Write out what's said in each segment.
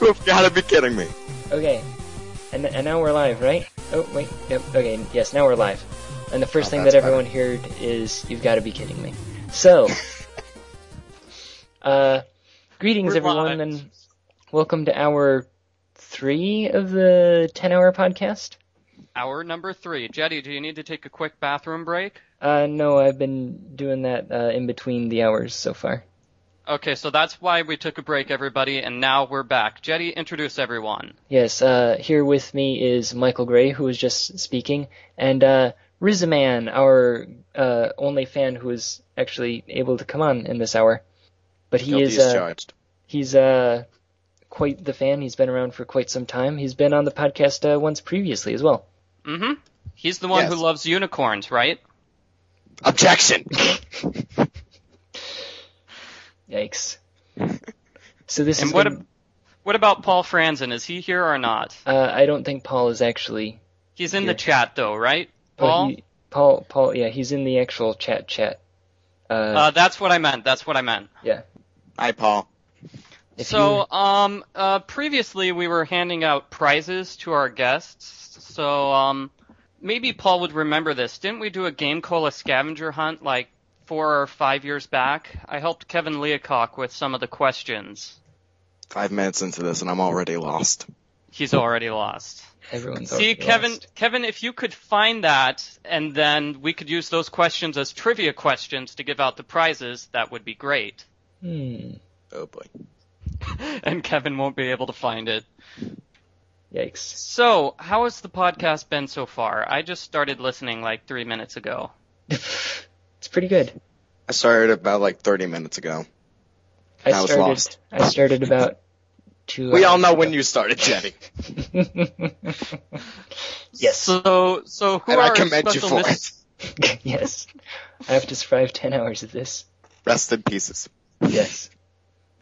You've gotta be kidding me. Okay. And, and now we're live, right? Oh, wait. Yep. Okay. Yes, now we're live. And the first Oh, thing that that's everyone heard is, you've got to be kidding me. So, uh, greetings, We're everyone, live. and welcome to hour three of the 10 hour podcast. Hour number three. Jetty, do you need to take a quick bathroom break? Uh, no, I've been doing that uh, in between the hours so far. Okay, so that's why we took a break, everybody, and now we're back. Jetty, introduce everyone. Yes, uh, here with me is Michael Gray, who was just speaking, and uh, Rizaman, our uh, only fan who was actually able to come on in this hour. But he Guilty is as uh, charged. he's uh, quite the fan. He's been around for quite some time. He's been on the podcast uh, once previously as well. Mm-hmm. He's the one Yes. who loves unicorns, right? Objection! Yikes! So this And is what gonna- ab- What about Paul Franzen? Is he here or not? uh, I don't think Paul is actually He's in Here. the chat, though, right? but Paul? Oh, he- Paul Paul yeah he's in the actual chat chat. Uh, Uh, that's what I meant. That's what I meant. Hi, Paul. if so, um, uh, previously we were handing out prizes to our guests. So, um, maybe Paul would remember this. Didn't we do a Game Cola scavenger hunt like four or five years back? I helped Kevin Leacock with some of the questions. Five minutes into this and I'm already lost. He's already lost. you, everyone's See, already Kevin, Oh. lost. Kevin, if you could find that, and then we could use those questions as trivia questions to give out the prizes, that would be great. Hmm. Oh boy. and Kevin won't be able to find it. Yikes. So, how has the podcast been so far? I just started listening like three minutes ago. it's pretty good. I started about like 30 minutes ago. I I was started. lost. I started about two. We all know when you started, Jenny. yes. So, so who and are I our commend you special for lis- it. yes. I have to survive ten hours of this. Rest in pieces. Yes.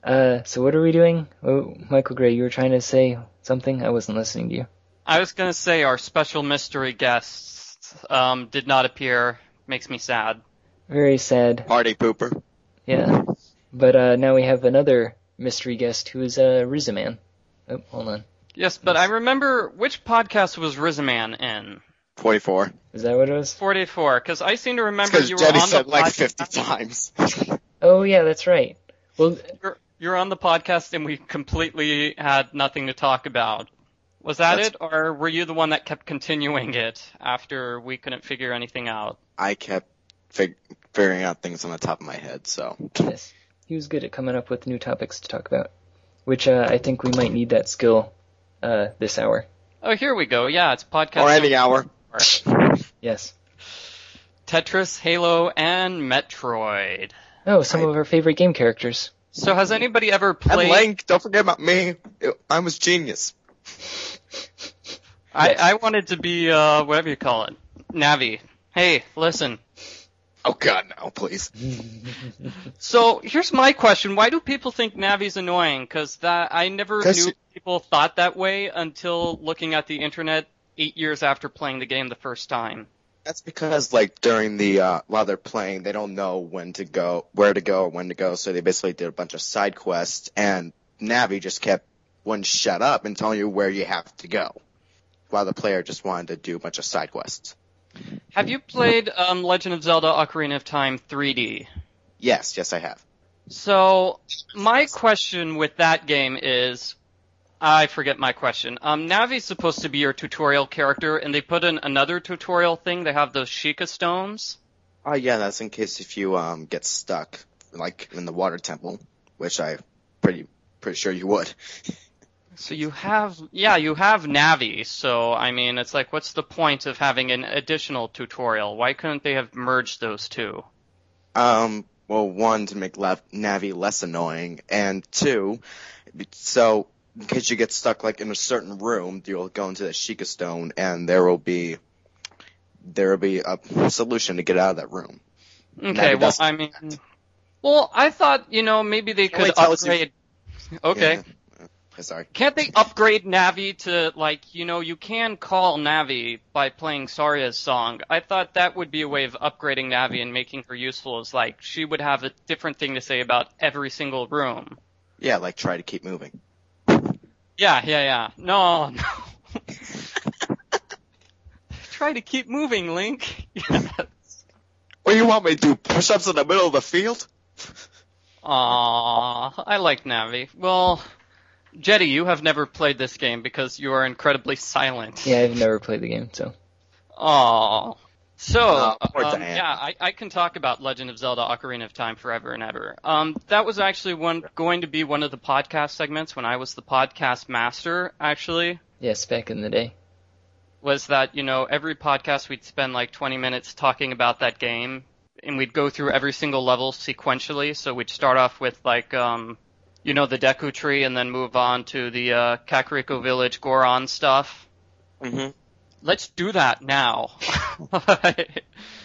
Uh, so what are we doing? Oh, Michael Gray, you were trying to say something. I wasn't listening to you. I was gonna say our special mystery guests um, did not appear. Makes me sad. Very sad. Party pooper. Yeah. But uh, now we have another mystery guest who is uh, Rizaman. Oh, hold on. Yes, but I remember which podcast was Rizaman in 44. Is that what it was? forty-four? Because I seem to remember Because you were on Jenny the said like podcast- 50 times. Oh yeah, that's right. Well, You're, you're on the podcast, and we completely had nothing to talk about. Was that That's- it, or were you the one that kept continuing it after we couldn't figure anything out? I kept fig- figuring out things on the top of my head, so. Yes. He was good at coming up with new topics to talk about, which uh, I think we might need that skill uh, this hour. Oh, here we go. Yeah, it's podcast. Or any hour. Yes. Tetris, Halo, and Metroid. Oh, some Right. of our favorite game characters. So has anybody ever And played? Link, don't forget about me. I was genius. I, Yes. I wanted to be uh, whatever you call it, Navi. Hey, listen. Oh god, no, please. So here's my question: Why do people think Navi's annoying? Because that I never 'Cause- knew people thought that way until looking at the internet eight years after playing the game the first time. That's because like during the uh while they're playing, they don't know when to go, where to go, or when to go, so they basically did a bunch of side quests and Navi just kept wouldn't shut up and telling you where you have to go. While the player just wanted to do a bunch of side quests. Have you played um, Legend of Zelda: Ocarina of Time 3D? Yes, yes I have. So my question with that game is, I forget my question. Um, Navi's supposed to be your tutorial character, and they put in another tutorial thing. They have those Sheikah stones. Oh yeah, that's in case if you um get stuck like in the water temple, which I pretty pretty sure you would. So you have, yeah, you have Navi. So I mean, it's like, what's the point of having an additional tutorial? Why couldn't they have merged those two? Um, well, one to make Lav- Navi less annoying, and two, so in case you get stuck like in a certain room, you'll go into the Sheikah Stone, and there will be there will be a solution to get out of that room. Okay, Navi well, doesn't I mean, well, I thought you know maybe they Only could tells you- upgrade. Okay. Yeah. Uh, Sorry. Can't they upgrade Navi to like you know you can call Navi by playing Saria's song? I thought that would be a way of upgrading Navi and making her useful. Is like she would have a different thing to say about every single room. Yeah, like try to keep moving. Yeah, yeah, yeah. No, no. Try to keep moving, Link. Yes. What do you want me to do? Push ups in the middle of the field? Aw, I like Navi. Well, Jetty, you have never played this game because you are incredibly silent. Yeah, I've never played the game, so. Aw. So, Oh, poor um, Diane. yeah, I, I can talk about Legend of Zelda Ocarina of Time forever and ever. Um, that was actually one, going to be one of the podcast segments when I was the podcast master, actually. Yes, back in the day. was that you know every podcast we'd spend like 20 minutes talking about that game and we'd go through every single level sequentially so we'd start off with like um you know the Deku tree and then move on to the uh Kakariko village Goron stuff Mm-hmm. let's do that now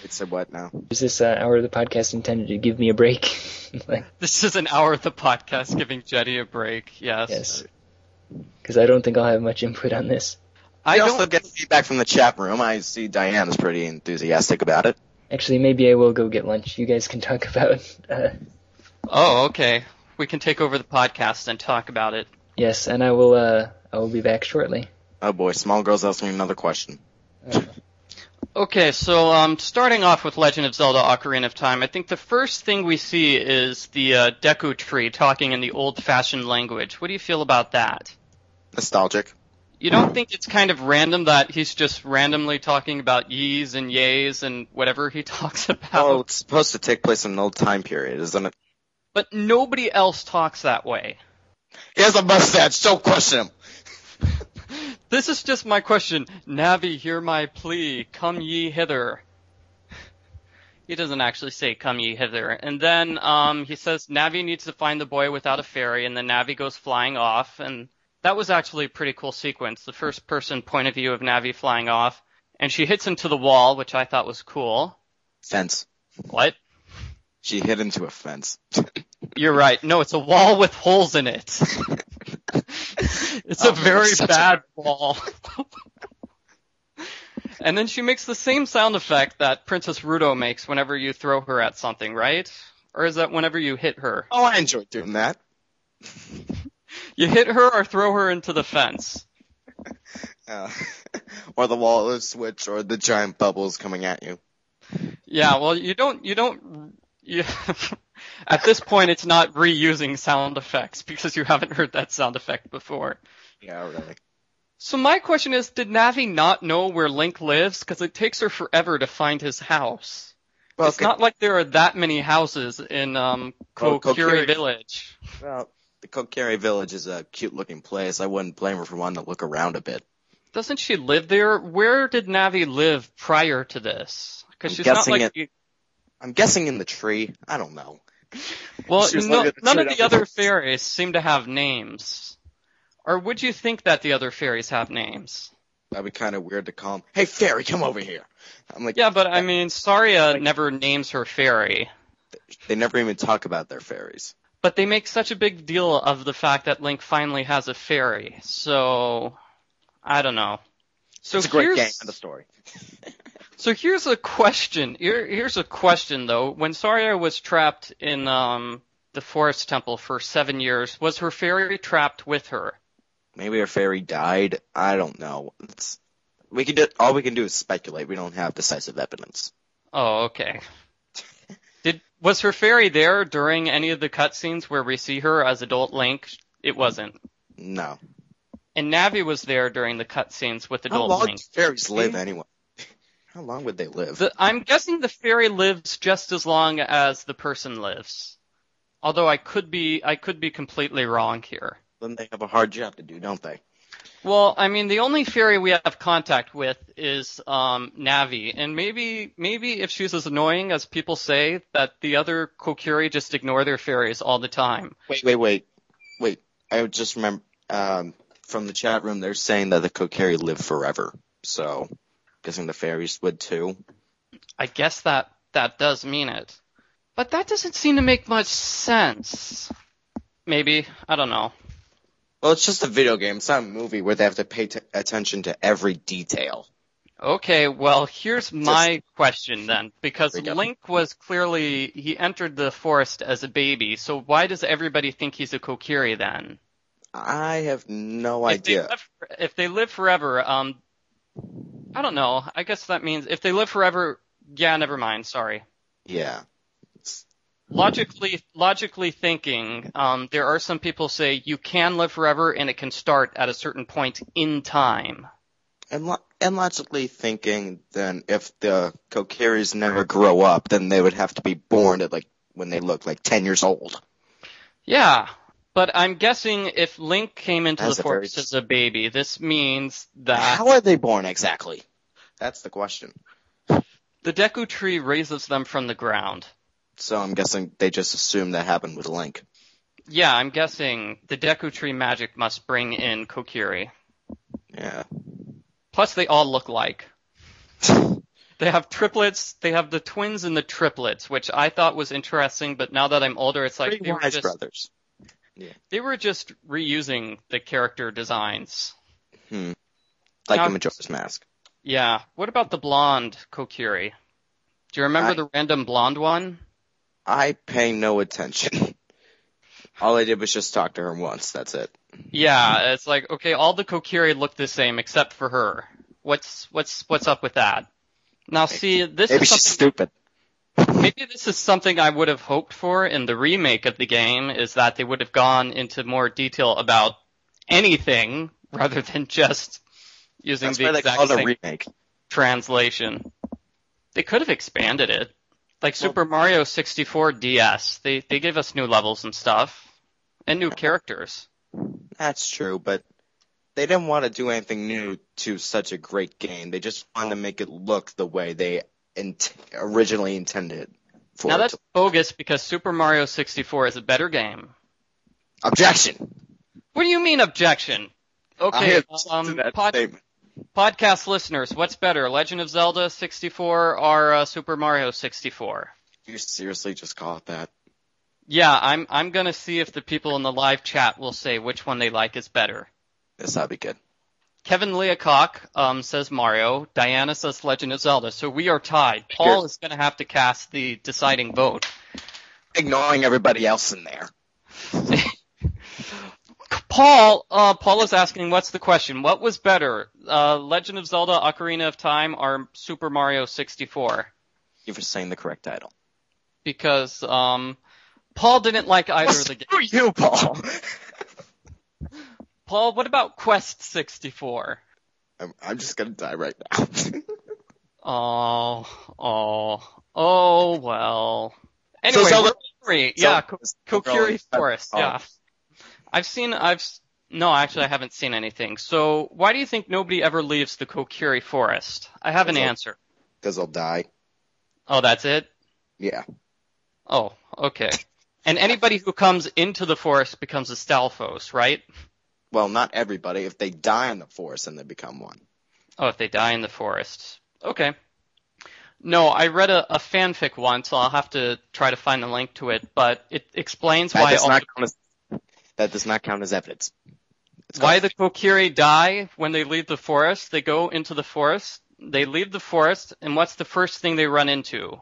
It's a what now? Is this uh, hour of the podcast intended to give me a break? like, this is an hour of the podcast giving Jetty a break yes, yes. Because I don't think I'll have much input on this. I I don't also get feedback from the chat room. I see Diane is pretty enthusiastic about it. Actually, maybe I will go get lunch. You guys can talk about. Uh, oh okay we can take over the podcast and talk about it yes, and I will. Uh, I will be back shortly. Oh boy, small girls asked me another question. Okay, so um, starting off with Legend of Zelda: Ocarina of Time, I think the first thing we see is the uh, Deku Tree talking in the old-fashioned language. What do you feel about that? Nostalgic. You don't think it's kind of random that he's just randomly talking about yees and yays and whatever he talks about? Oh, it's supposed to take place in an old time period, isn't it? But nobody else talks that way. He has a mustache. Don't question him. This is just my question. Navi, hear my plea. Come ye hither. He doesn't actually say come ye hither. And then um, he says Navi needs to find the boy without a fairy, and then Navi goes flying off. And that was actually a pretty cool sequence. The first person point of view of Navi flying off. And she hits into the wall, which I thought was cool. Fence. What? She hit into a fence. You're right. No, it's a wall with holes in it. It's Oh, a very such a- bad wall. and then she makes the same sound effect that Princess Rudo makes whenever you throw her at something, right? Or is that whenever you hit her? oh, I enjoyed doing that. You hit her or throw her into the fence. Uh, or the wall of switch or the giant bubbles coming at you. Yeah, well, you don't, you don't, you, at this point it's not reusing sound effects because you haven't heard that sound effect before. Yeah, really. So my question is, did Navi not know where Link lives? Because it takes her forever to find his house. Well, It's not like there are that many houses in um, Oh, Kokiri Kokiri. Village. well, the Kokiri village is a cute looking place. I wouldn't blame her for wanting to look around a bit. Doesn't she live there? Where did Navi live prior to this? Because I'm she's not guessing like I'm guessing in the tree. I don't know. well, she was no, living in the none tree of that the was- other fairies seem to have names. Or would you think that the other fairies have names? That'd be kind of weird to call him. Hey, fairy, come over here. I'm like, Yeah, but I mean, Saria never names her fairy. they never even talk about their fairies. But they make such a big deal of the fact that Link finally has a fairy. So I don't know. So it's a great here's- game and a story. So here's a question. Here, here's a question though. When Saria was trapped in um, the forest temple for seven years, was her fairy trapped with her? Maybe her fairy died. I don't know. It's, we can do, all we can do is speculate. We don't have decisive evidence. Oh, okay. Did was her fairy there during any of the cutscenes where we see her as adult Link? It wasn't. No. And Navi was there during the cutscenes with How adult long Link. do fairies live anyway? How long would they live? The, I'm guessing the fairy lives just as long as the person lives. Although I could be I could be completely wrong here. then they have a hard job to do, don't they? Well, I mean, the only fairy we have contact with is um, Navi, and maybe maybe if she's as annoying as people say, that the other Kokiri just ignore their fairies all the time. Wait, wait, wait, wait. I just remember um, from the chat room they're saying that the Kokiri live forever. So, guessing the fairies would too. I guess that that does mean it, but that doesn't seem to make much sense. Maybe I don't know. Well, it's just a video game. It's not a movie where they have to pay t- attention to every detail. Okay, well, here's my question then, because There you go. Link was clearly he entered the forest as a baby, so why does everybody think he's a Kokiri then? I have no if they idea. live, if they live forever, um, I don't know. I guess that means if they live forever, yeah, never mind. Sorry. yeah. Logically, logically thinking, um, there are some people say you can live forever and it can start at a certain point in time. And, lo- and logically thinking, then if the Kokiris never grow up, then they would have to be born at like when they look like ten years old. Yeah, but I'm guessing if Link came into That's a the very- forest as a baby, this means that How are they born exactly? That's the question. the Deku Tree raises them from the ground. So I'm guessing they just assume that happened with Link. Yeah, I'm guessing the Deku Tree magic must bring in Kokiri. Yeah. Plus, they all look like. They have triplets. They have the twins and the triplets, which I thought was interesting. But now that I'm older, it's like Three they were, wise just, brothers. they were just reusing the character designs. Like Now- in Majora's Mask. Yeah. What about the blonde Kokiri? Do you remember I- the random blonde one? I pay no attention. All I did was just talk to her once. That's it. Yeah. It's like okay, all the Kokiri look the same except for her. What's what's what's up with that? Now, see, this Maybe is she's something stupid. Maybe this is something I would have hoped for in the remake of the game is that they would have gone into more detail about anything rather than just using That's the why they exact call it a same remake. translation. They could have expanded it. Like Well- Super Mario 64 DS, they they gave us new levels and stuff and new characters. That's true, but they didn't want to do anything new to such a great game. They just wanted to make it look the way they int- originally intended for Now it. that's bogus because Super Mario 64 is a better game. to- Objection! What do you mean objection? I Okay, object to um, that pod- statement. Podcast listeners, what's better, Legend of Zelda 64 or uh, Super Mario 64? You seriously just call it that? Yeah, I'm I'm gonna see if the people in the live chat will say which one they like is better. This not be good. Kevin Leacock um, says Mario. Diana says Legend of Zelda. So we are tied. Paul is gonna have to cast the deciding vote. Ignoring everybody else in there. Paul, uh, Paul is asking, what's the question? What was better, uh, Legend of Zelda: Ocarina of Time or Super Mario 64? You for saying the correct title. Because um, Paul didn't like either of the games. Screw you, Paul! Paul, what about Quest 64? I'm, I'm just gonna die right now. Oh, oh, oh, well. Anyway, so- we're Kokiri, yeah, Ko- Kokiri Forest, Oh. yeah. I've seen, I've, s- no, actually I haven't seen anything. So why do you think nobody ever leaves the Kokiri Forest? I have an That's all. answer. Because I'll die. Oh, that's it? Yeah. Oh, okay. And anybody who comes into the forest becomes a Stalfos, right? Well, not everybody. If they die in the forest, then they become one. Oh, if they die in the forest. Okay. No, I read a, a fanfic once. I'll have to try to find the link to it, but it explains That why does all not count as that does not count as evidence. It's the, why called- the Kokiri die when they leave the forest. They go into the forest. They leave the forest, and what's the first thing they run into?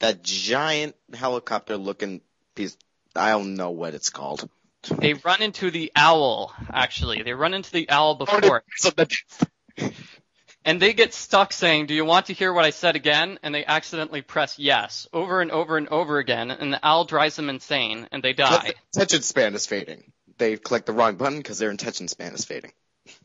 that giant helicopter looking piece? I don't know what it's called. They run into the owl. Actually, they run into the owl Oh, before, and they get stuck saying, "Do you want to hear what I said again?" And they accidentally press yes over and over and over again, and the owl drives them insane, and they die. Attention span is fading. They click the wrong button because their attention span is fading.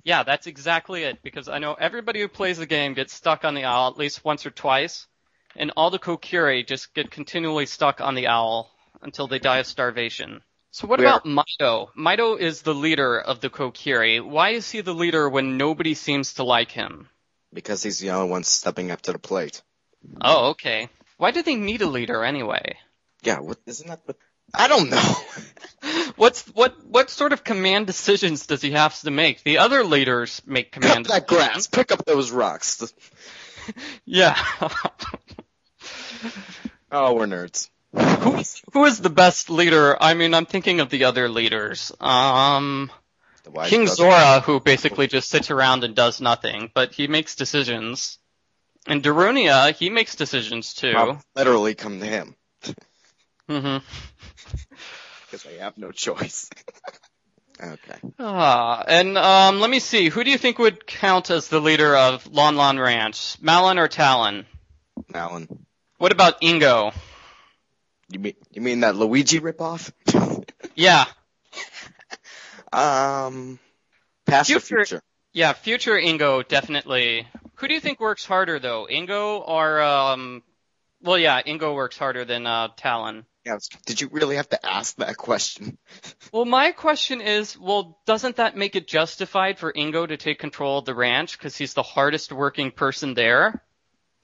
Yeah, that's exactly it. Because I know everybody who plays the game gets stuck on the owl at least once or twice, and all the Kokiri just get continually stuck on the owl until they die of starvation. So what We are- about Mido? Mido is the leader of the Kokiri. Why is he the leader when nobody seems to like him? Because he's the only one stepping up to the plate. Oh, okay. Why do they need a leader anyway? Yeah, what isn't that what I don't know. What's what what sort of command decisions does he have to make? The other leaders make Pick up command that decisions. grass. Pick up those rocks. Yeah. Oh, we're nerds. Who is, who is the best leader? I mean, I'm thinking of the other leaders. Um, The wise King brother- Zora, who basically just sits around and does nothing, but he makes decisions. And Darunia, he makes decisions too. Well, Literally come to him hmm because they have no choice. Okay. Ah, and um, let me see. Who do you think would count as the leader of Lon Lon Ranch, Malin or Talon? Alan, What about Ingo? you mean you mean that Luigi ripoff? Yeah, um, past or Future- future? yeah, future Ingo definitely. Who do you think works harder though, Ingo or um? Well, yeah, Ingo works harder than uh, Talon. Yeah, it's- did you really have to ask that question? Well, my question is, well, doesn't that make it justified for Ingo to take control of the ranch because he's the hardest working person there?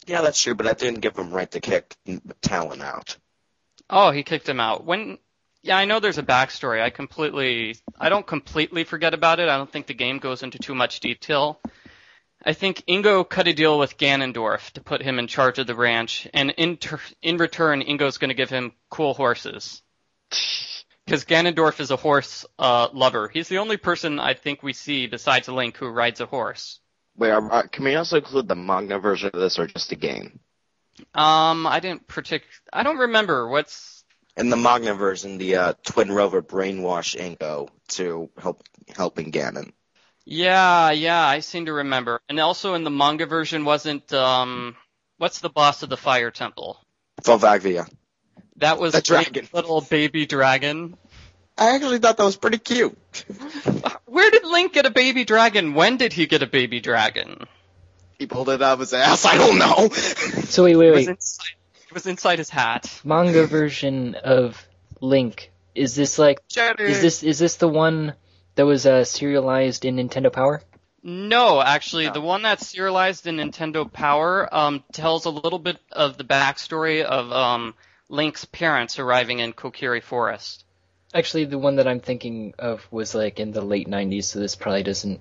Yeah, that's true, but I didn't give him right to kick Talon out. Oh, he kicked him out. When? Yeah, I know there's a backstory. I completely, I don't completely forget about it. I don't think the game goes into too much detail. I think Ingo cut a deal with Ganondorf to put him in charge of the ranch, and in tur in return, Ingo's going to give him cool horses. Because Ganondorf is a horse uh, lover. He's the only person I think we see besides Link who rides a horse. Wait, are, are- can we also include the manga version of this or just the game? Um, I didn't partic. I don't remember what's. In the manga version, the uh, twin rover brainwash Ingo to help helping Ganon. Yeah, yeah, I seem to remember. And also in the manga version, wasn't um, what's the boss of the Fire Temple? Volvagvia. That was The Link's dragon. little baby dragon. I actually thought that was pretty cute. Where did Link get a baby dragon? When did he get a baby dragon? He pulled it out of his ass. I don't know. So wait, wait, It was wait. inside. It was inside his hat. Manga version of Link. Is this like? Is this is this the one that was uh, serialized in Nintendo Power? No, actually, No. the one that's serialized in Nintendo Power um, tells a little bit of the backstory of um, Link's parents arriving in Kokiri Forest. Actually, the one that I'm thinking of was like in the late '90s, so this probably doesn't.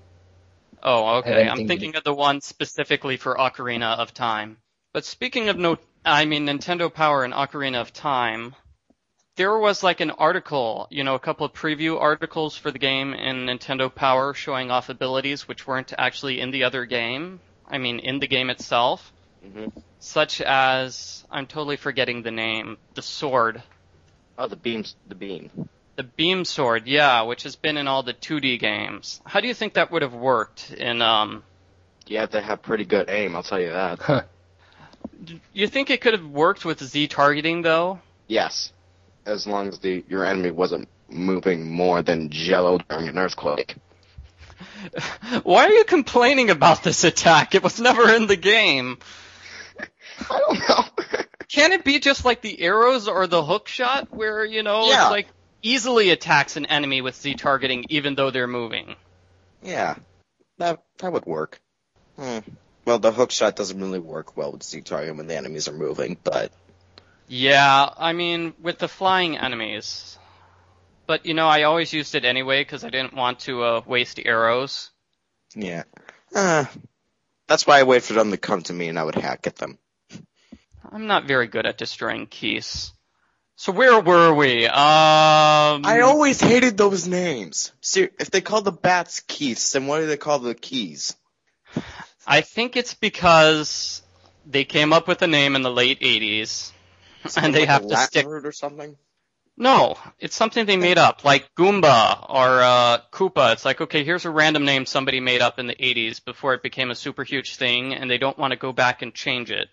Oh, okay. anything I'm to do- thinking of the one specifically for Ocarina of Time. But speaking of no, I mean Nintendo Power and Ocarina of Time, there was like an article, you know, a couple of preview articles for the game in Nintendo Power showing off abilities which weren't actually in the other game. I mean, in the game itself, Mm-hmm. Mhm. such as I'm totally forgetting the name, the sword, Oh, the beams, the beam. the beam sword, yeah, which has been in all the 2D games. How do you think that would have worked in um You have to have pretty good aim, I'll tell you that. Huh. You think it could have worked with Z targeting though? Yes, as long as the your enemy wasn't moving more than jello during an earthquake. Why are you complaining about this attack? It was never in the game. I don't know. Can it be just like the arrows or the hook shot where, you know, Yeah. it's like easily attacks an enemy with Z targeting even though they're moving? yeah, that that would work. Hmm. Well, the hook shot doesn't really work well with Z target when the enemies are moving, but Yeah, I mean, with the flying enemies. But, you know, I always used it anyway because I didn't want to uh, waste arrows. yeah, uh, that's why I wait for them to come to me and I would hack at them. I'm not very good at destroying keys. So where were we? Um, I always hated those names. See, if they call the bats Keiths, then what do they call the keys? I think it's because they came up with a name in the late 80s. And they Like a have to Latin stick- word or something. No, it's something they made up, like Goomba or uh, Koopa. It's like, okay, here's a random name somebody made up in the 80s before it became a super huge thing, and they don't want to go back and change it.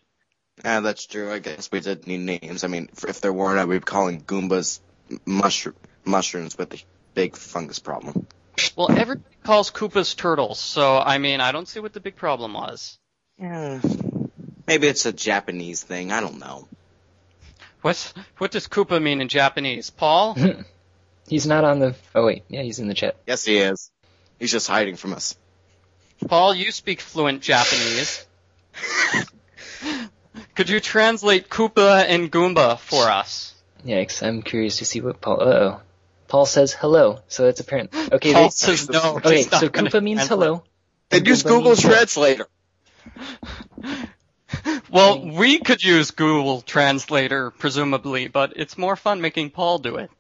Ah, that's true. I guess we did need names. I mean, if- if there weren't, I'd be calling Goombas mushroom mushrooms with a big fungus problem. Well, everybody calls Koopas turtles, so I mean, I don't see what the big problem was. Yeah. Maybe it's a Japanese thing. I don't know. What's, what does Koopa mean in Japanese? Paul? He's not on the. Oh wait, yeah, he's in the chat. Yes, he is. He's just hiding from us. Paul, you speak fluent Japanese. Could you translate Koopa and Goomba for us? Yikes! I'm curious to see what Paul. Uh oh. Paul says hello, so that's apparent. Okay, Paul they- says no. okay. he's not So gonna Koopa means hello. Then And use Goomba Google means- Translator. translate. Well, we could use Google Translator, presumably, but it's more fun making Paul do it.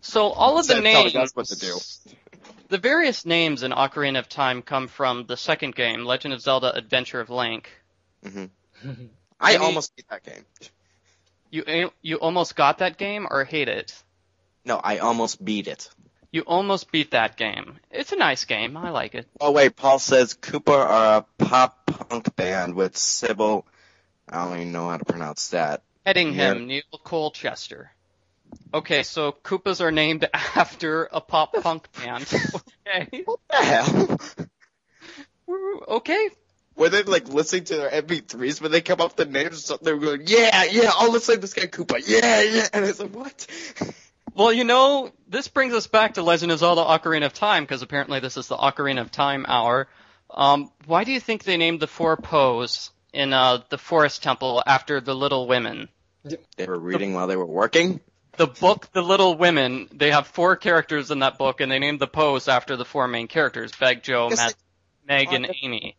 So all of the Instead of names, telling us what to do. the various names in Ocarina of Time come from the second game, Legend of Zelda: Adventure of Link. I Maybe- almost beat that game. You you almost got that game or hate it? No, I almost beat it. You almost beat that game. It's a nice game. I like it. Oh wait, Paul says Cooper are a pop punk band with Sybil. I don't even know how to pronounce that. Eddingham, Neil Colchester. Okay, so Koopas are named after a pop punk band. okay. What the hell? Okay. Were they like listening to their MP3s when they come up with the names? So They were going, yeah, yeah, I'll listen to this guy Koopa. Yeah, yeah. And it's like, what? Well, you know, this brings us back to Legend of Zelda Ocarina of Time, because apparently this is the Ocarina of Time hour. Um, why do you think they named the four Poes in uh, the Forest Temple after the Little Women? They were reading while they were working. The book, The Little Women, they have four characters in that book, and they named the Poes after the four main characters, Beg, Joe, Yes, Matt, Meg, Oh, and that's- Amy.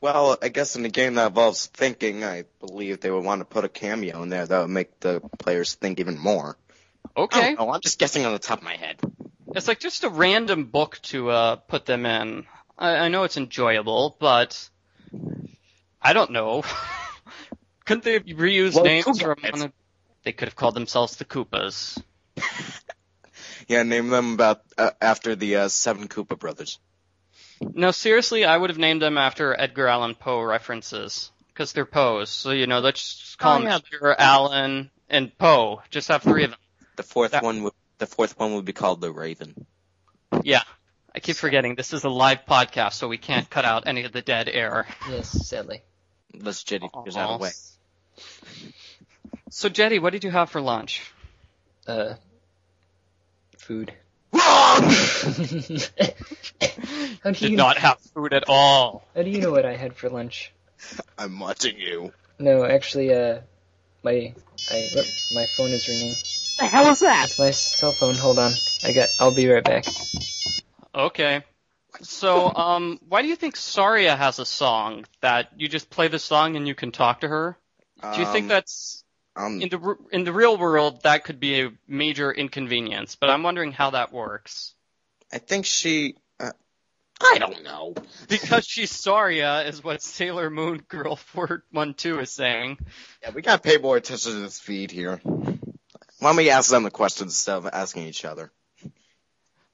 Well, I guess in a game that involves thinking, I believe they would want to put a cameo in there that would make the players think even more. I Okay. don't know, Oh, I'm just guessing on the top of my head. It's like just a random book to uh, put them in. I, I know it's enjoyable, but I don't know. Couldn't they reuse Well, names Koopa from? Kids. They could have called themselves the Koopas. Yeah, name them about uh, after the uh, seven Koopa brothers. No, seriously, I would have named them after Edgar Allan Poe references because they're Poes. So you know, let's just call Oh, them yeah. Edgar Allan and Poe. Just have three of them. The fourth That- one would the fourth one would be called the Raven. Yeah, I keep forgetting this is a live podcast, so we can't cut out any of the dead air. Yes, sadly. Unless Jenny figures Aw. out a way. So Jetty, what did you have for lunch? Uh, food. Wrong! how do did you not have food at all. How do you know what I had for lunch? I'm watching you. No, actually, uh, my I oh, my phone is ringing. The hell is that? That's my cell phone. Hold on. I got. I'll be right back. Okay. So, um, why do you think Saria has a song that you just play the song and you can talk to her? Do you think Um, that's um, in the r- in the real world that could be a major inconvenience? But I'm wondering how that works I think she. Uh, I don't know. because she's Saria is what Sailor Moon Girl 412 is saying. Yeah, we gotta pay more attention to this feed here. Why don't we ask them the questions instead of asking each other?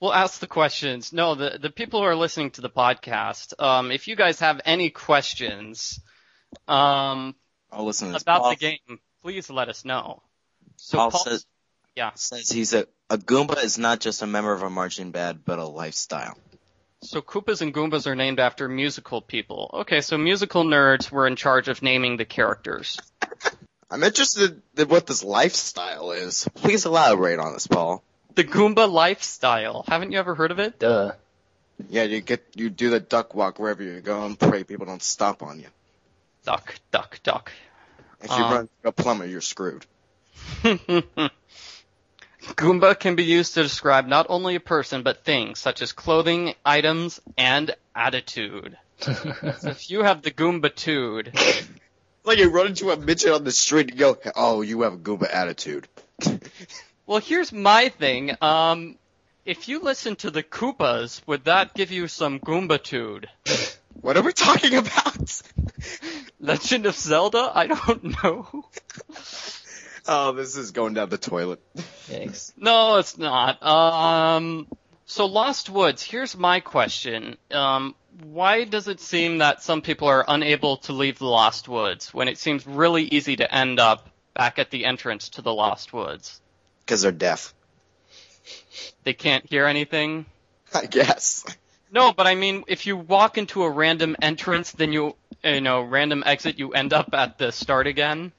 We'll ask the questions. No, the, the people who are listening to the podcast, um, if you guys have any questions um, I'll listen to this. about Paul, the game, please let us know. So Paul Paul- says, yeah. says he's a, a Goomba is not just a member of a marching band, but a lifestyle. So Koopas and Goombas are named after musical people. Okay, so musical nerds were in charge of naming the characters. I'm interested in what this lifestyle is. Please elaborate on this, Paul. The Goomba lifestyle. Haven't you ever heard of it? Duh. Yeah, you get you do the duck walk wherever you go and pray people don't stomp on you. Duck, duck, duck. If you Um, run into a plumber, you're screwed. Goomba can be used to describe not only a person but things such as clothing, items, and attitude. So if you have the Goombatude, Like you run into a midget on the street and go, "Oh, you have a Goomba attitude." well, here's my thing. Um, if you listen to the Koopas, would that give you some Goombatude? What are we talking about? Legend of Zelda? I don't know. oh, this is going down the toilet. Thanks. No, it's not. Um, so Lost Woods. Here's my question. Um, why does it seem that some people are unable to leave the Lost Woods when it seems really easy to end up back at the entrance to the Lost Woods? Because they're deaf, They can't hear anything. I guess. No, but I mean, if you walk into a random entrance, then you, you know, random exit, you end up at the start again.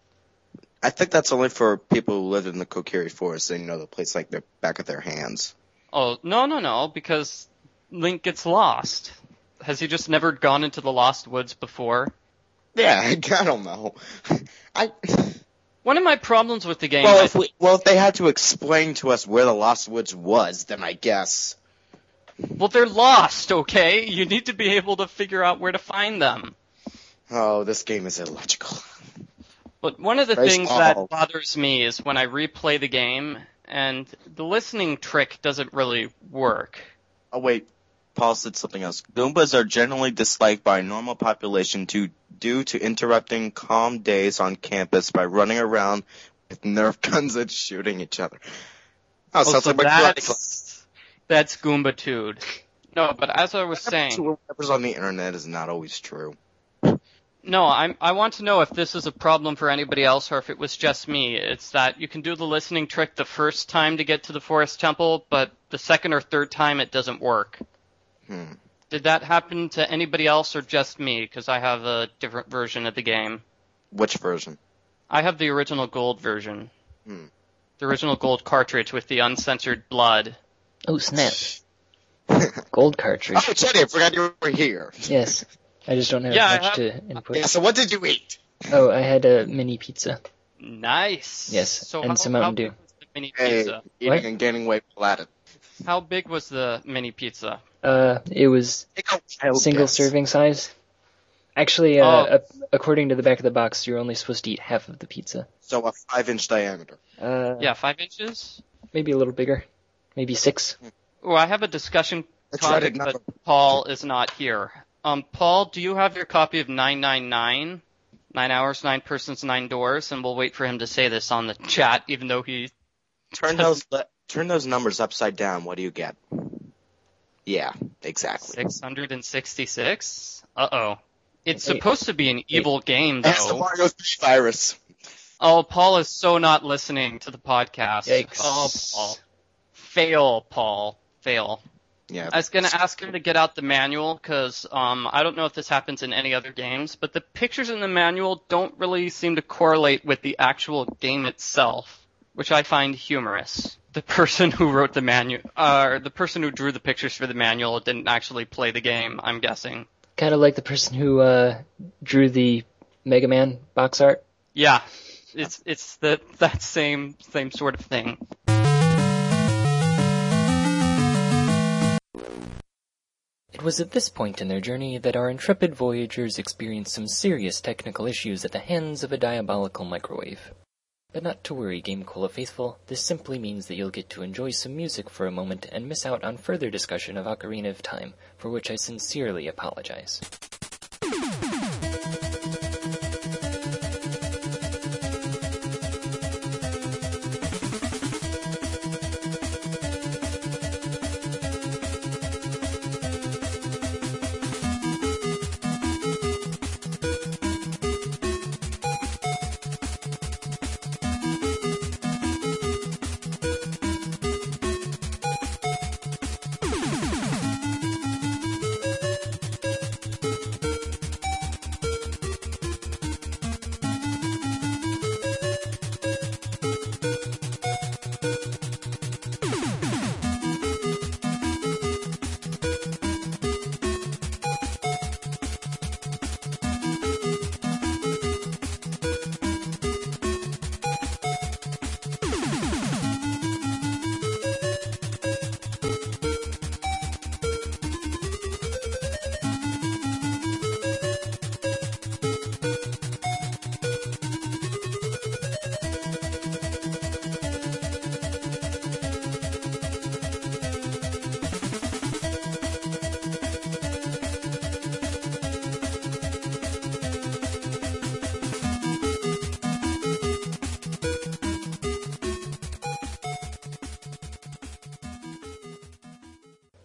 I think that's only for people who live in the Kokiri Forest and know the place like their back of their hands. Oh, no, no, no, because Link gets lost. Has he just never gone into the Lost Woods before? Yeah, I don't know. I One of my problems with the game well, if is we, well, if they had to explain to us where the Lost Woods was, then I guess. well, they're lost, okay? You need to be able to figure out where to find them. Oh, this game is illogical. But one of the Very things small. that bothers me is when I replay the game and the listening trick doesn't really work. Oh wait, Paul said something else. Goombas are generally disliked by normal population to, due to interrupting calm days on campus by running around with Nerf guns and shooting each other. Oh, sounds Also, like my karate that's- class. That's Goombatude. No, but as I was So saying, whatever's on the internet is not always true. no, I'm, I want to know if this is a problem for anybody else or if it was just me. It's that you can do the listening trick the first time to get to the forest temple, but the second or third time it doesn't work. Hmm. Did that happen to anybody else or just me? Because I have a different version of the game. Which version? I have the original gold version. Hmm. The original gold cartridge with the uncensored blood. Oh snap! oh, Gold cartridge. Teddy, I forgot you were here. Yes. I just don't have Yeah, I much have- to input. Yeah, so what did you eat? Oh, I had a mini pizza. Nice. Yes, So and how, some how Mountain Dew. big was the mini Hey, pizza? eating What? and gaining weight while at it. How big was the mini pizza? Uh, it was Take a wild single guess. serving size. Actually, uh, Oh. ap- according to the back of the box, you're only supposed to eat half of the pizza. So a five inch diameter. Uh, Yeah, five inches. maybe a little bigger, maybe six. Oh, I have a discussion That's right, topic, it but number. Paul is not here. Um, Paul, do you have your copy of 999? Nine hours, nine persons, nine doors, and we'll wait for him to say this on the chat, even though he Turn those le- turn those numbers upside down. What do you get? Yeah, exactly. 666? Uh-oh. It's Wait. supposed to be an evil game, That's the though. Mario 3 virus. Oh, Paul is so not listening to the podcast. Yikes. Oh, Paul. Fail, Paul. Fail. Yeah. I was going to ask him to get out the manual because um, I don't know if this happens in any other games, but the pictures in the manual don't really seem to correlate with the actual game itself, which I find humorous. The person who wrote the manual, uh, or the person who drew the pictures for the manual didn't actually play the game, I'm guessing. Kind of like the person who uh, drew the Mega Man box art. Yeah, it's it's the that same same sort of thing. It was at this point in their journey that our intrepid voyagers experienced some serious technical issues at the hands of a diabolical microwave. But not to worry, Game Cola faithful, this simply means that you'll get to enjoy some music for a moment and miss out on further discussion of Ocarina of Time, for which I sincerely apologize.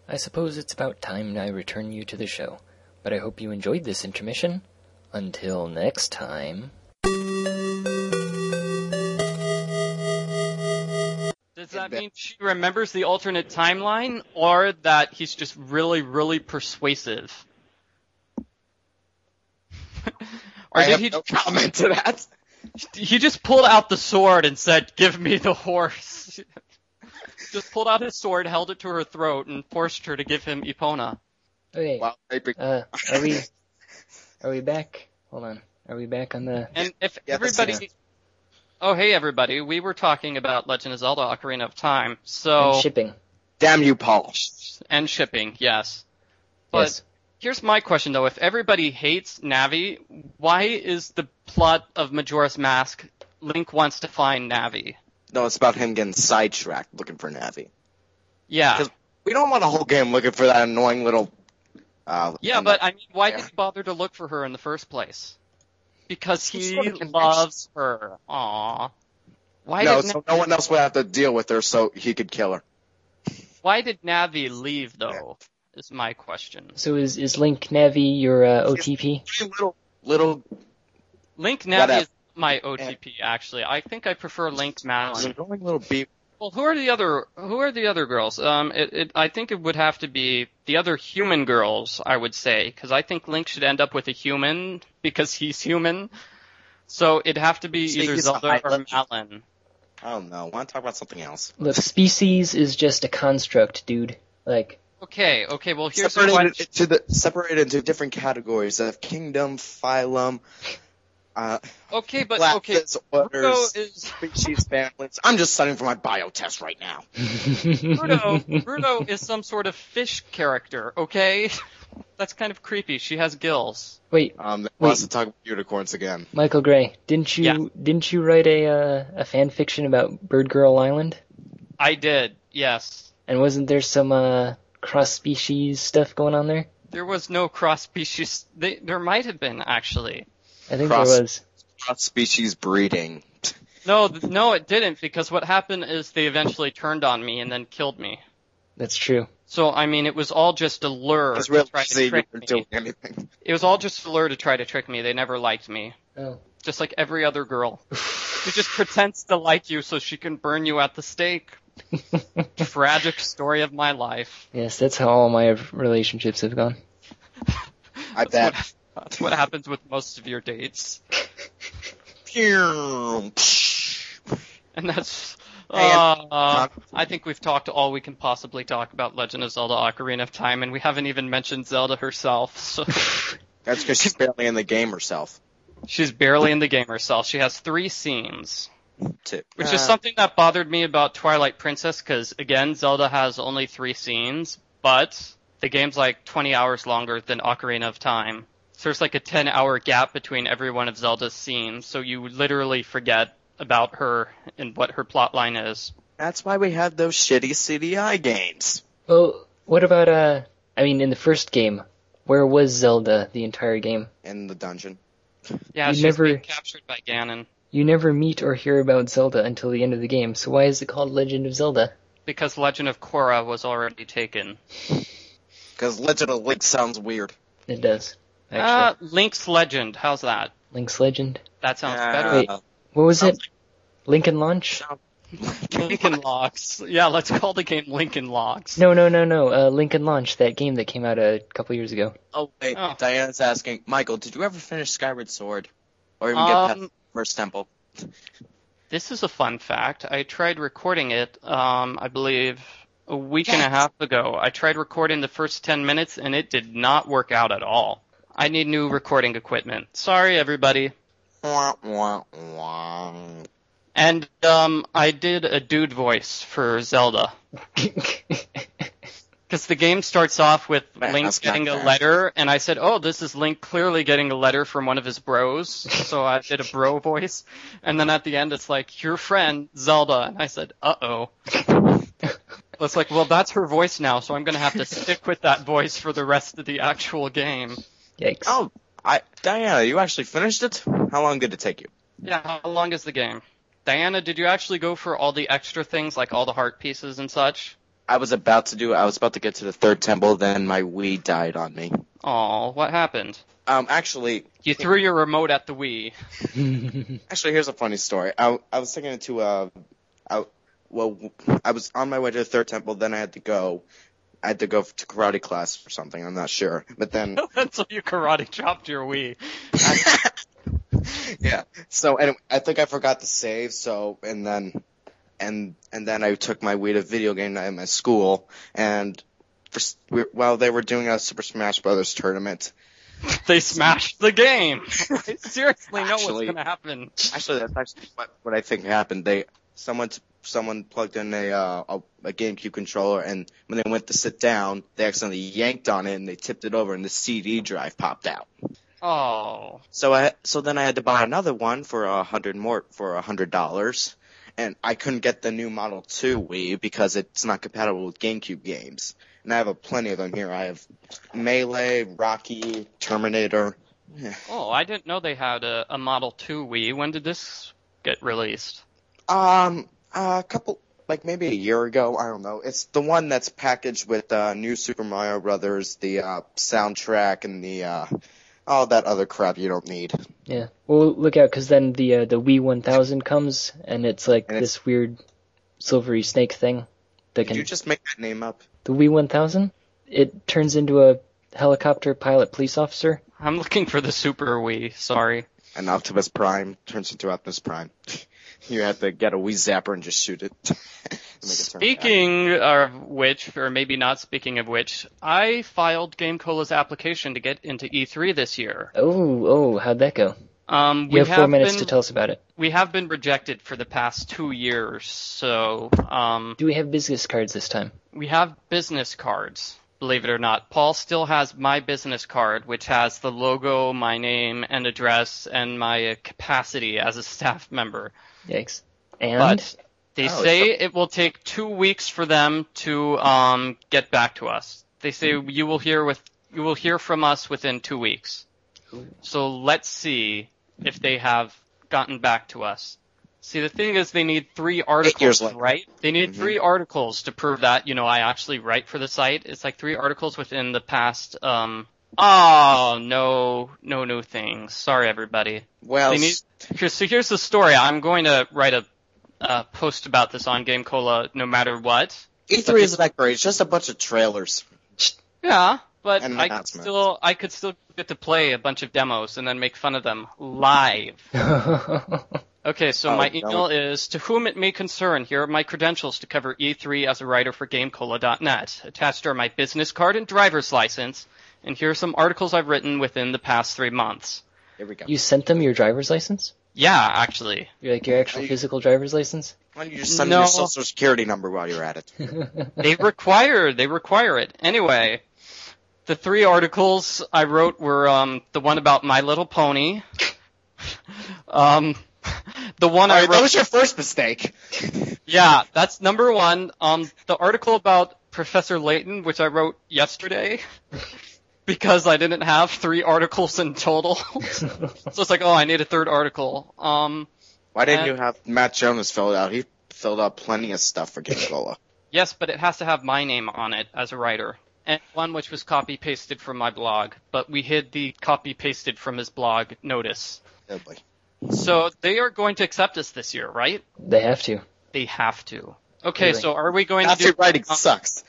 I suppose it's about time I return you to the show, but I hope you enjoyed this intermission. Until next time. Does And that- that mean she remembers the alternate timeline, or that he's just really, really persuasive? or I did have he, no comment to that. he just pulled out the sword and said, "Give me the horse"? just pulled out his sword, held it to her throat, and forced her to give him Epona. Okay. Wow, I pre- Uh, are we are we back? Hold on. Are we back on the And if Yeah, that's everybody, it. oh hey everybody, we were talking about Legend of Zelda: Ocarina of Time, so and shipping? Damn you, Paul. and shipping, yes. But yes. Here's my question though: If everybody hates Navi, why is the plot of Majora's Mask Link wants to find Navi? No, it's about him getting sidetracked looking for Navi. Yeah, 'Cause- We don't want a whole game looking for that annoying little. Uh, yeah, but I mean, why Yeah. did he bother to look for her in the first place? Because It's he sort of connection. loves her. Aw. Why no, didn't? so no one else would have to deal with her, so he could kill her. Why did Navi leave though? Is my question. So is, is Link Navi your uh, OTP? Three little little Link Navi Whatever. is my OTP actually. I think I prefer Link there's Malin. a little beef. Well, who are the other who are the other girls? Um, it, it I think it would have to be the other human girls. I would say because I think Link should end up with a human because he's human. So it'd have to be So either he's a Zelda or hybrid. Malin. I don't know. Want to talk about something else? Look, species is just a construct, dude. Like, Okay, okay. Well, here's the separated question. into the separated into different categories of kingdom, phylum, uh, Okay, but okay. classes, Pluto orders, is species, families. I'm just studying for my bio test right now. Bruno, Bruno is some sort of fish character, okay? That's kind of creepy. She has gills. wait, Um, Wait. wants to talk about unicorns again. Michael Gray, didn't you Yeah. didn't you write a uh, a fan fiction about Bird Girl Island? I did, yes. And wasn't there some uh, cross species stuff going on there? There was no cross species. They, there might have been actually. I think Cross- there was. Cross species breeding. No, th- no, it didn't because what happened is they eventually turned on me and then killed me. That's true. So I mean, it was all just a lure That's to really try easy to trick to me. do anything. It was all just a lure to try to trick me. They never liked me, Oh. just like every other girl. She just pretends to like you so she can burn you at the stake. Tragic story of my life. yes, that's how all my relationships have gone. I bet. That's what, that's what happens with most of your dates. Pew, psh. And that's. Hey, Uh, I think we've talked all we can possibly talk about Legend of Zelda Ocarina of Time, and we haven't even mentioned Zelda herself. So That's because she's barely in the game herself. she's barely in the game herself. She has three scenes, Too. which is something that bothered me about Twilight Princess, because again, Zelda has only three scenes, but the game's like 20 hours longer than Ocarina of Time. So there's like a 10 hour gap between every one of Zelda's scenes, so you literally forget about her and what her plotline is. That's why we had those shitty CDI games. Well, what about uh? I mean, in the first game, where was Zelda the entire game? in the dungeon. Yeah, You she's never- being captured by Ganon You never meet or hear about Zelda until the end of the game. So why is it called Legend of Zelda? because Legend of Korra was already taken. Because Legend of Link sounds weird. It does. Actually, Uh, Link's Legend, how's that? Link's Legend. That sounds Wait. Uh, What was it? sounds Lincoln Launch? better. Lincoln Locks. Yeah, let's call the game Lincoln Locks. No, no, no, no. Uh, Lincoln Launch, that game that came out a couple years ago. oh wait, Oh. Diana's asking, Michael, did you ever finish Skyward Sword, or even get past Um, the first temple? this is a fun fact. I tried recording it, um, I believe a week and a half ago. I tried recording the first 10 minutes and it did not work out at all. I need new recording equipment. Sorry, everybody. Wah, wah, wah. And, um, I did a dude voice for Zelda. Because the game starts off with Man, Link that's not getting a fair. letter, and I said, "Oh, this is Link clearly getting a letter from one of his bros." so I did a bro voice, and then at the end, it's like your friend Zelda, and I said, "Uh oh." it's like, well, that's her voice now, so I'm gonna have to stick with that voice for the rest of the actual game. Yikes. Oh, I, Diana, you actually finished it? How long did it take you? Yeah, how long is the game? Diana, did you actually go for all the extra things, like all the heart pieces and such? I was about to do. I was about to get to the third temple, then my Wii died on me. Oh, what happened? Um, actually, You threw your remote at the Wii. Actually, here's a funny story. I I was taking it to uh, I, well, I was on my way to the third temple. Then I had to go, I had to go to karate class or something. I'm not sure, but then Until you karate chopped your Wii. yeah. So anyway, I think I forgot to save. So and then, and and then I took my Wii to video game night at my school, and for, s- we- while they were doing a Super Smash Brothers tournament, They smashed the game. I seriously know Actually- what's gonna happen. Actually, that's actually what, what I think happened. They someone someone plugged in a, uh, a a GameCube controller, and when they went to sit down, they accidentally yanked on it, and they tipped it over, and the CD drive popped out. Oh, So I so then I had to buy another one for a hundred more for a hundred dollars, and I couldn't get the new Model Two Wii because it's not compatible with GameCube games. And I have a plenty of them here. I have Melee, Rocky, Terminator. oh! I didn't know they had a, a Model Two Wii. When did this get released? Um, a couple like maybe a year ago. I don't know. It's the one that's packaged with uh, New Super Mario Brothers, the uh, soundtrack, and the uh, all that other crap you don't need. Yeah. Well, look out because then the uh, the Wii 1000 comes and it's like And this weird silvery snake thing that Did can you just make that name up? the Wii 1000. It turns into a helicopter pilot police officer. I'm looking for the Super Wii. Sorry. And Optimus Prime turns into Optimus Prime. you have to get a Wii Zapper and just shoot it. And make it turn back. Speaking of which, or maybe not speaking of which, I filed Game Cola's application to get into E3 this year. Oh, oh, how'd that go? You Um, we have four minutes been, to tell us about it. We have been rejected for the past two years, so um, Do we have business cards this time? we have business cards. Believe it or not, Paul still has my business card, which has the logo, my name and address, and my uh, capacity as a staff member. Yikes. And But they Oh, say it will take two weeks for them to um, get back to us. They say Hmm. you will hear with you will hear from us within two weeks. So let's see if they have gotten back to us. See, the thing is, they need three years articles, later. right? They need Mhm. three articles to prove that you know I actually write for the site. It's like three articles within the past. Um, oh no, no new things. Sorry, everybody. Well, They need- Here's, so here's the story. I'm going to write a uh, post about this on Game Cola no matter what. E3 isn't that great. It's just E a bunch of trailers. Yeah, but And I could announcements. still I could still get to play a bunch of demos and then make fun of them live. Okay, so Oh, my that email is to whom it may concern. Here are my credentials to cover E3 as a writer for GameCola.net. Attached are my business card and driver's license, and here are some articles I've written within the past three months. Here we go. you sent them your driver's license? Yeah, actually. Your like your actual you- physical driver's license? Why don't you just send me No. your social security number while you're at it? they require they require it anyway. The three articles I wrote were um, the one about My Little Pony, um, the one I Alright, that wrote. was your first mistake. yeah, that's number one. Um, the article about Professor Layton, which I wrote yesterday, because I didn't have three articles in total. so it's like, oh, I need a third article. Um, Why didn't Uh, you have Matt Jonas fill it out? He filled out plenty of stuff for Game Cola. Yes, but it has to have my name on it as a writer. And one which was copy pasted from my blog, but we hid the copy pasted from his blog notice. Deadly. So they are going to accept us this year, right? they have to. They have to. Okay, Really? so are we going to Nazi do, um, writing sucks.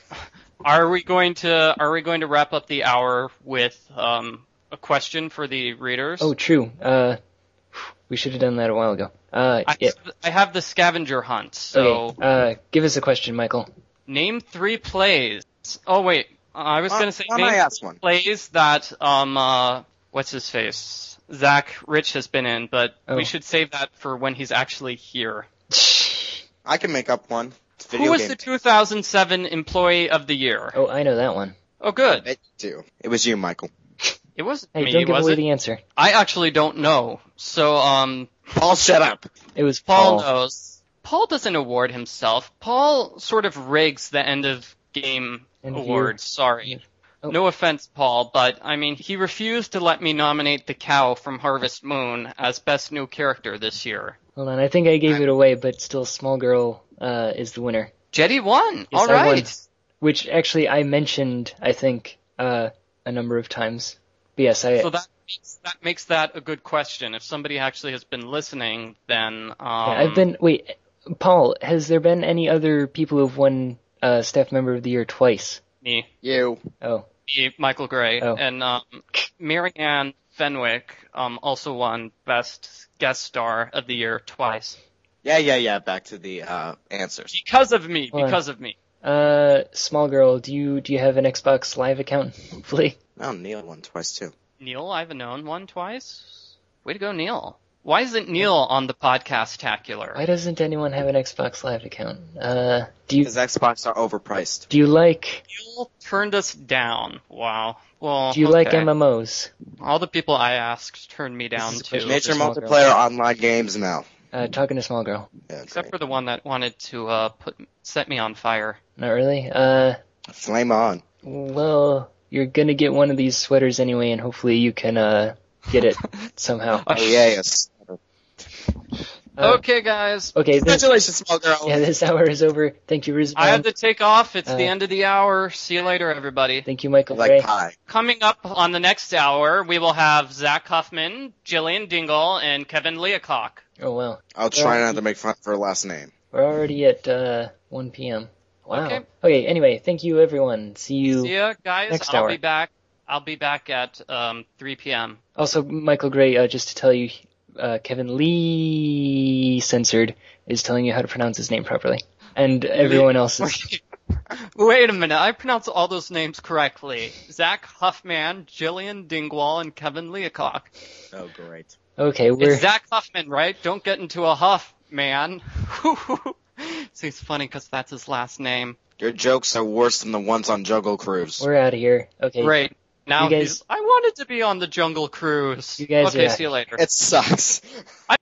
are we going to are we going to wrap up the hour with um, a question for the readers? Oh, true. Uh, we should have done that a while ago. Uh, I, yeah. I have the scavenger hunt, so Okay. Uh, give us a question, Michael. name three plays. Oh wait, I was going to say Why name don't I ask one? plays that um uh what's his face Zach Rich has been in, but Oh. we should save that for when he's actually here. I can make up one. It's video Who was game. the 2007 Employee of the Year? Oh, I know that one. Oh, good. It, too. it was you, Michael. It wasn't Hey, me, don't give was away it? the answer. I actually don't know. So um, Paul, shut up. It was Paul. Paul knows. Paul doesn't award himself. Paul sort of rigs the end of game End of year. awards. Sorry. Oh. No offense, Paul, but I mean, he refused to let me nominate the cow from Harvest Moon as best new character this year. Hold on, I think I gave it away, but still, Small Girl uh, is the winner. Jetty won. Yes, All I won. right. Which actually I mentioned, I think, uh, a number of times. But yes, I. So that makes, that makes that a good question. If somebody actually has been listening, then um, yeah, I've been. Wait, Paul, has there been any other people who've won uh, Staff Member of the Year twice? me, You. Oh, me, Michael Gray, Oh. and um, Marianne Fenwick um, also won Best Guest Star of the Year twice Yeah, yeah, yeah. Back to the uh, answers. because of me. Why? Because of me. uh, Small Girl, do you do you have an Xbox Live account? Hopefully, Oh, Neil won twice too. Neil, I've known one twice. Way to go, Neil. Why isn't Neil on the podcast tacular? why doesn't anyone have an Xbox Live account? Uh, do you His Xbox are overpriced. do you like Neil turned us down. Wow. Well, do you like Oh, okay. MMOs? All the people I asked turned me down is a too. Major Small girl. multiplayer online games now. Uh, talking to Small Girl, Yeah, Except great. for the one that wanted to uh, put set me on fire. not really. Uh, Flame on. Well, you're gonna get one of these sweaters anyway, and hopefully you can uh get it somehow. Oh, yeah, yes. Uh, okay, guys. Okay, this, Congratulations, small girl. yeah, this hour is over. Thank you, I had Rizvan. to take off. It's the uh, end of the hour. See you later, everybody. Thank you, Michael Like Gray. pie. Coming up on the next hour, we will have Zach Huffman, Jillian Dingle, and Kevin Leacock. Oh, wow. I'll try Yeah. not to make fun of her last name. We're already at uh, 1 p.m. Wow. Okay. okay, anyway, thank you, everyone. See you. See ya, guys. next I'll hour. be back. I'll be back at um, 3 p.m. Also, Michael Gray, uh, just to tell you, uh, Kevin Lee censored is telling you how to pronounce his name properly, and everyone else is. Wait a minute. I pronounce all those names correctly. Zach Huffman, Jillian Dingwall, and Kevin Leacock. Oh, great. Okay, we're It's Zach Huffman, right? Don't get into a huff, man. Seems funny because that's his last name. Your jokes are worse than the ones on Juggle Cruise. we're out of here. Okay, Great. Now You guys- he's, I wanted to be on the Jungle Cruise. You guys okay, are- see you later. It sucks.